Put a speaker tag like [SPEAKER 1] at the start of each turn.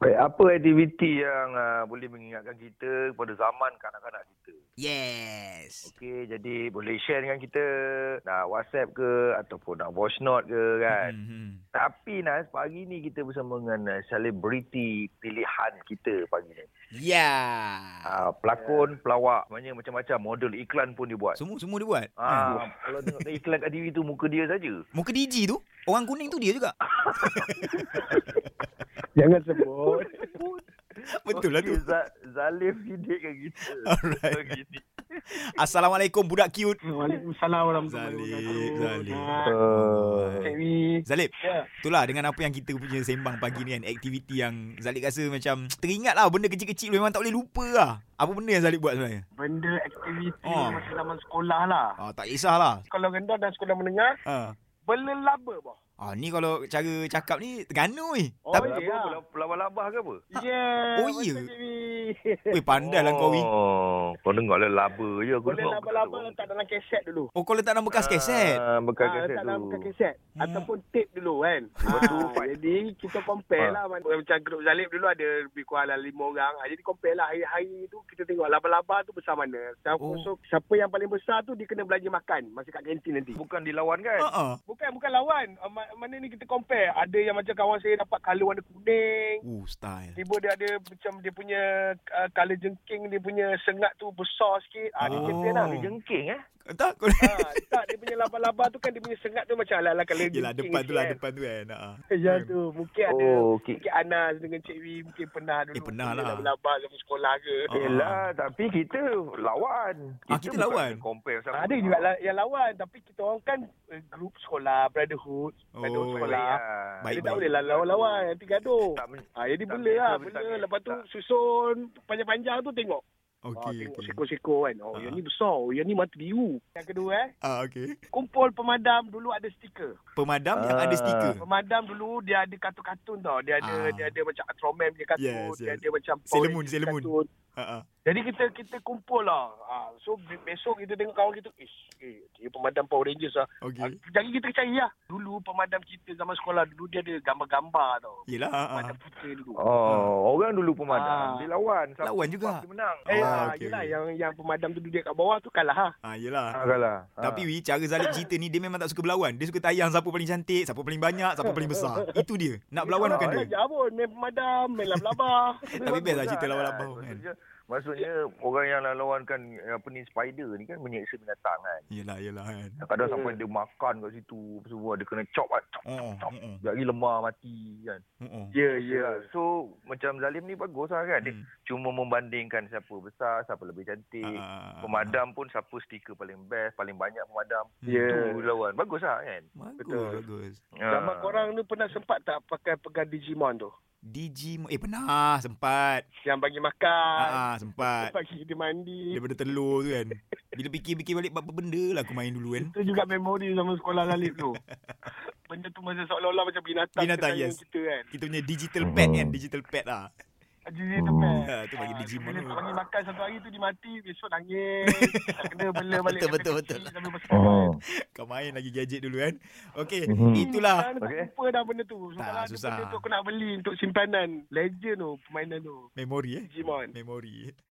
[SPEAKER 1] Baik, apa aktiviti yang uh, boleh mengingatkan kita kepada zaman kanak-kanak kita?
[SPEAKER 2] Yes.
[SPEAKER 1] Okey, jadi boleh share dengan kita nak WhatsApp ke ataupun nak voice note ke kan.
[SPEAKER 2] Mhm.
[SPEAKER 1] Tapi Nas, pagi ni kita bersama dengan uh, selebriti pilihan kita pagi ni.
[SPEAKER 2] Ya.
[SPEAKER 1] Uh, pelakon, pelawak, maknanya macam-macam model iklan pun dia buat.
[SPEAKER 2] Semua semua dia buat. Kan?
[SPEAKER 1] Ah, kalau tengok iklan kat TV tu muka dia saja.
[SPEAKER 2] Muka DJ tu, orang kuning tu dia juga.
[SPEAKER 3] Jangan sebut.
[SPEAKER 2] Betul lah tu.
[SPEAKER 1] Okey, Za- Zalif Siddiq kat kita.
[SPEAKER 2] Alright.
[SPEAKER 1] Pagi ni.
[SPEAKER 2] Assalamualaikum budak cute.
[SPEAKER 3] Waalaikumsalam warahmatullahi
[SPEAKER 2] Zalik,
[SPEAKER 3] wabarakatuh.
[SPEAKER 2] Zalik.
[SPEAKER 3] Nah,
[SPEAKER 1] Eh,
[SPEAKER 3] Dewi.
[SPEAKER 2] Zalib,
[SPEAKER 3] Ya.
[SPEAKER 2] itulah dengan apa yang kita punya sembang pagi ni kan, aktiviti yang Zalib rasa macam teringat lah benda kecil-kecil memang tak boleh lupa lah. Apa benda yang Zalib buat sebenarnya?
[SPEAKER 3] Benda aktiviti
[SPEAKER 2] Oh.
[SPEAKER 3] masa zaman sekolah lah.
[SPEAKER 2] Ah, tak kisahlah.
[SPEAKER 3] Kalau rendah dan sekolah menengah,
[SPEAKER 2] Ah.
[SPEAKER 3] berlelaba bah.
[SPEAKER 2] Ah, ni kalau cara cakap ni terganu weh.
[SPEAKER 3] Oh,
[SPEAKER 2] Tapi,
[SPEAKER 3] ya.
[SPEAKER 1] Apa, pelab- Pelabah-labah ke apa?
[SPEAKER 3] Yeah.
[SPEAKER 2] Oh, ya.
[SPEAKER 3] betul, Dewi.
[SPEAKER 2] weh pandai lah kau weh.
[SPEAKER 1] Oh, kau dengar lah laba je aku
[SPEAKER 3] Boleh laba-laba letak dalam keset dulu.
[SPEAKER 2] Oh, kau letak dalam bekas kaset.
[SPEAKER 1] lah, Ah, bekas
[SPEAKER 3] Ah,
[SPEAKER 1] kaset
[SPEAKER 3] letak dalam
[SPEAKER 1] tu.
[SPEAKER 3] bekas keset.
[SPEAKER 2] Hmm.
[SPEAKER 3] Ataupun tape dulu kan.
[SPEAKER 1] Lepas tu,
[SPEAKER 3] Ah, jadi kita compare lah. Macam grup Zalib dulu ada lebih kurang dalam lima orang. Ah, Jadi compare lah hari-hari tu kita tengok laba-laba tu besar mana. Siapa,
[SPEAKER 2] Oh.
[SPEAKER 3] so, siapa yang paling besar tu dia kena belanja makan masa kat kantin nanti.
[SPEAKER 1] Bukan dilawan kan?
[SPEAKER 2] Ha ah.
[SPEAKER 3] Bukan bukan lawan. Ah, ma- Mana ni kita compare. Ada yang macam kawan saya dapat colour warna kuning.
[SPEAKER 2] Uh, style.
[SPEAKER 3] Tiba dia ada macam dia punya uh, colour jengking, dia punya sengat tu besar sikit. Ah, dia
[SPEAKER 2] Oh.
[SPEAKER 3] champion lah.
[SPEAKER 1] Dia jengking eh.
[SPEAKER 2] Tak kau.
[SPEAKER 3] Ah, tak, dia punya laba-laba tu kan dia punya sengat tu macam ala-ala colour
[SPEAKER 2] Yelah
[SPEAKER 3] jengking
[SPEAKER 2] depan tu lah
[SPEAKER 3] sikit kan.
[SPEAKER 2] Depan tu kan ha.
[SPEAKER 3] Ya tu Mungkin ada
[SPEAKER 1] Oh, okey.
[SPEAKER 3] Mungkin Anas dengan Cik Wee Mungkin pernah dulu
[SPEAKER 2] Eh, pernah
[SPEAKER 3] punya
[SPEAKER 2] lah.
[SPEAKER 3] Labak-labak zaman sekolah ke
[SPEAKER 2] Ah.
[SPEAKER 1] Yelah, tapi kita lawan.
[SPEAKER 2] Ah, kita
[SPEAKER 1] bukan
[SPEAKER 2] lawan.
[SPEAKER 1] Compare sama.
[SPEAKER 3] Ah, Ada juga la- yang lawan Tapi kita orang kan eh, Grup sekolah Brotherhood Brotherhood
[SPEAKER 2] Oh.
[SPEAKER 3] sekolah
[SPEAKER 1] Ah,
[SPEAKER 2] Baik,
[SPEAKER 1] Baik.
[SPEAKER 3] Jadi tak
[SPEAKER 2] baik.
[SPEAKER 3] boleh lah lawan-lawan Nanti gaduh
[SPEAKER 1] Tak men-
[SPEAKER 3] ha, Jadi
[SPEAKER 1] tak
[SPEAKER 3] bela lah
[SPEAKER 1] betul,
[SPEAKER 3] Bela
[SPEAKER 1] tak-
[SPEAKER 3] Lepas tu
[SPEAKER 1] tak-
[SPEAKER 3] susun Panjang-panjang tu tengok okay, ha,
[SPEAKER 2] Okey
[SPEAKER 3] Tengok
[SPEAKER 2] okey.
[SPEAKER 3] seko-seko kan Oh
[SPEAKER 2] Ah.
[SPEAKER 3] yang ni besar Oh yang ni mata biru Yang kedua eh
[SPEAKER 2] Ah okey.
[SPEAKER 3] Kumpul pemadam Dulu ada stiker
[SPEAKER 2] Pemadam yang ada
[SPEAKER 1] Ah.
[SPEAKER 2] stiker.
[SPEAKER 3] Pemadam dulu dia ada kartun-kartun tau. Dia
[SPEAKER 2] Ah.
[SPEAKER 3] ada dia ada macam Ultraman punya kartun,
[SPEAKER 2] Yes,
[SPEAKER 3] dia
[SPEAKER 2] yes.
[SPEAKER 3] ada macam
[SPEAKER 2] Sailor
[SPEAKER 3] Power
[SPEAKER 2] Moon,
[SPEAKER 3] Rangers
[SPEAKER 2] Sailor Moon.
[SPEAKER 3] kartun.
[SPEAKER 2] Ha ah.
[SPEAKER 3] Jadi kita kita kumpul lah. Ha, so be- besok kita tengok kawan kita, ish, eh, dia pemadam Power Rangers lah. Ha,
[SPEAKER 2] Okey.
[SPEAKER 3] jadi kita cari lah. Dulu pemadam kita zaman sekolah dulu dia ada gambar-gambar tau.
[SPEAKER 2] Yelah ha ah.
[SPEAKER 3] Pemadam kita dulu.
[SPEAKER 1] Oh, orang dulu pemadam.
[SPEAKER 3] Ah.
[SPEAKER 1] Dia lawan. Siapa
[SPEAKER 2] Lawan juga.
[SPEAKER 1] dapat, Dia menang.
[SPEAKER 2] Ah,
[SPEAKER 3] Eh, ah,
[SPEAKER 2] okey,
[SPEAKER 3] yelah,
[SPEAKER 2] okey.
[SPEAKER 3] yang yang pemadam tu duduk kat bawah tu kalah lah.
[SPEAKER 2] Ha yelah.
[SPEAKER 1] Ah, kalah. Ah.
[SPEAKER 2] Tapi Wi, cara Zalib cerita ni dia memang tak suka berlawan. Dia suka tayang siapa paling cantik, siapa paling banyak, siapa paling besar. Itu dia. Nak berlawan bukan dia.
[SPEAKER 3] Belajar pun, main pemadam, main laba-laba.
[SPEAKER 2] Tapi best lah
[SPEAKER 1] Bagus
[SPEAKER 2] cerita lawan-lawan
[SPEAKER 1] kan.
[SPEAKER 2] kan.
[SPEAKER 1] Maksudnya, maksudnya orang yang lawankan apa ni spider ni kan menyeksa binatang kan.
[SPEAKER 2] Yelah yelah kan.
[SPEAKER 1] Kadang-kadang sampai dia makan kat situ apa semua dia kena chop kan. Chop,
[SPEAKER 2] Oh
[SPEAKER 1] chop.
[SPEAKER 2] oh
[SPEAKER 1] Jadi lemah mati kan.
[SPEAKER 2] oh, oh.
[SPEAKER 3] Ya, ya.
[SPEAKER 1] Ya, so macam Zalim ni bagus lah kan. Dia
[SPEAKER 2] Hmm.
[SPEAKER 1] cuma membandingkan siapa besar, siapa lebih cantik.
[SPEAKER 2] Ah,
[SPEAKER 1] Pemadam pun siapa stiker paling best, paling banyak pemadam.
[SPEAKER 2] Ya.
[SPEAKER 1] Tu lawan. Bagus lah kan. Ah.
[SPEAKER 2] Bagus
[SPEAKER 1] Betul.
[SPEAKER 2] bagus.
[SPEAKER 3] Zaman korang ni pernah sempat tak pakai pegang Digimon tu?
[SPEAKER 2] Digimon eh pernah sempat.
[SPEAKER 3] Yang bagi makan.
[SPEAKER 2] Ha ah sempat.
[SPEAKER 3] Pagi dia mandi.
[SPEAKER 2] Daripada telur tu kan Bila fikir-fikir balik Apa benda lah aku main dulu kan
[SPEAKER 3] Itu juga memori zaman sekolah Zalib tu. Benda tu macam seolah-olah macam binatang.
[SPEAKER 2] Binatang,
[SPEAKER 3] kesayang
[SPEAKER 2] yes.
[SPEAKER 3] Kita kan.
[SPEAKER 2] Kita punya digital pet kan Digital pet lah
[SPEAKER 3] Jadi tepat.
[SPEAKER 2] ha, Tu bagi Digimon
[SPEAKER 3] kan. Ah, Bila
[SPEAKER 2] tu
[SPEAKER 3] tak bagi makan satu hari tu dia mati. Besok nangis. Tak kena bela balik.
[SPEAKER 2] Betul,
[SPEAKER 3] sampai
[SPEAKER 2] betul,
[SPEAKER 3] kecil,
[SPEAKER 2] betul.
[SPEAKER 3] sampai besar.
[SPEAKER 1] Oh.
[SPEAKER 2] Kau main lagi gadget dulu kan Okay
[SPEAKER 1] Mhm.
[SPEAKER 2] Itulah
[SPEAKER 3] Sekarang
[SPEAKER 1] Okey.
[SPEAKER 3] Tak jumpa dah benda tu.
[SPEAKER 2] Tak,
[SPEAKER 3] Sekarang ada
[SPEAKER 2] susah.
[SPEAKER 3] Benda tu aku nak beli untuk simpanan. Legend tu permainan tu.
[SPEAKER 2] Memori eh
[SPEAKER 3] Digimon.
[SPEAKER 2] Memori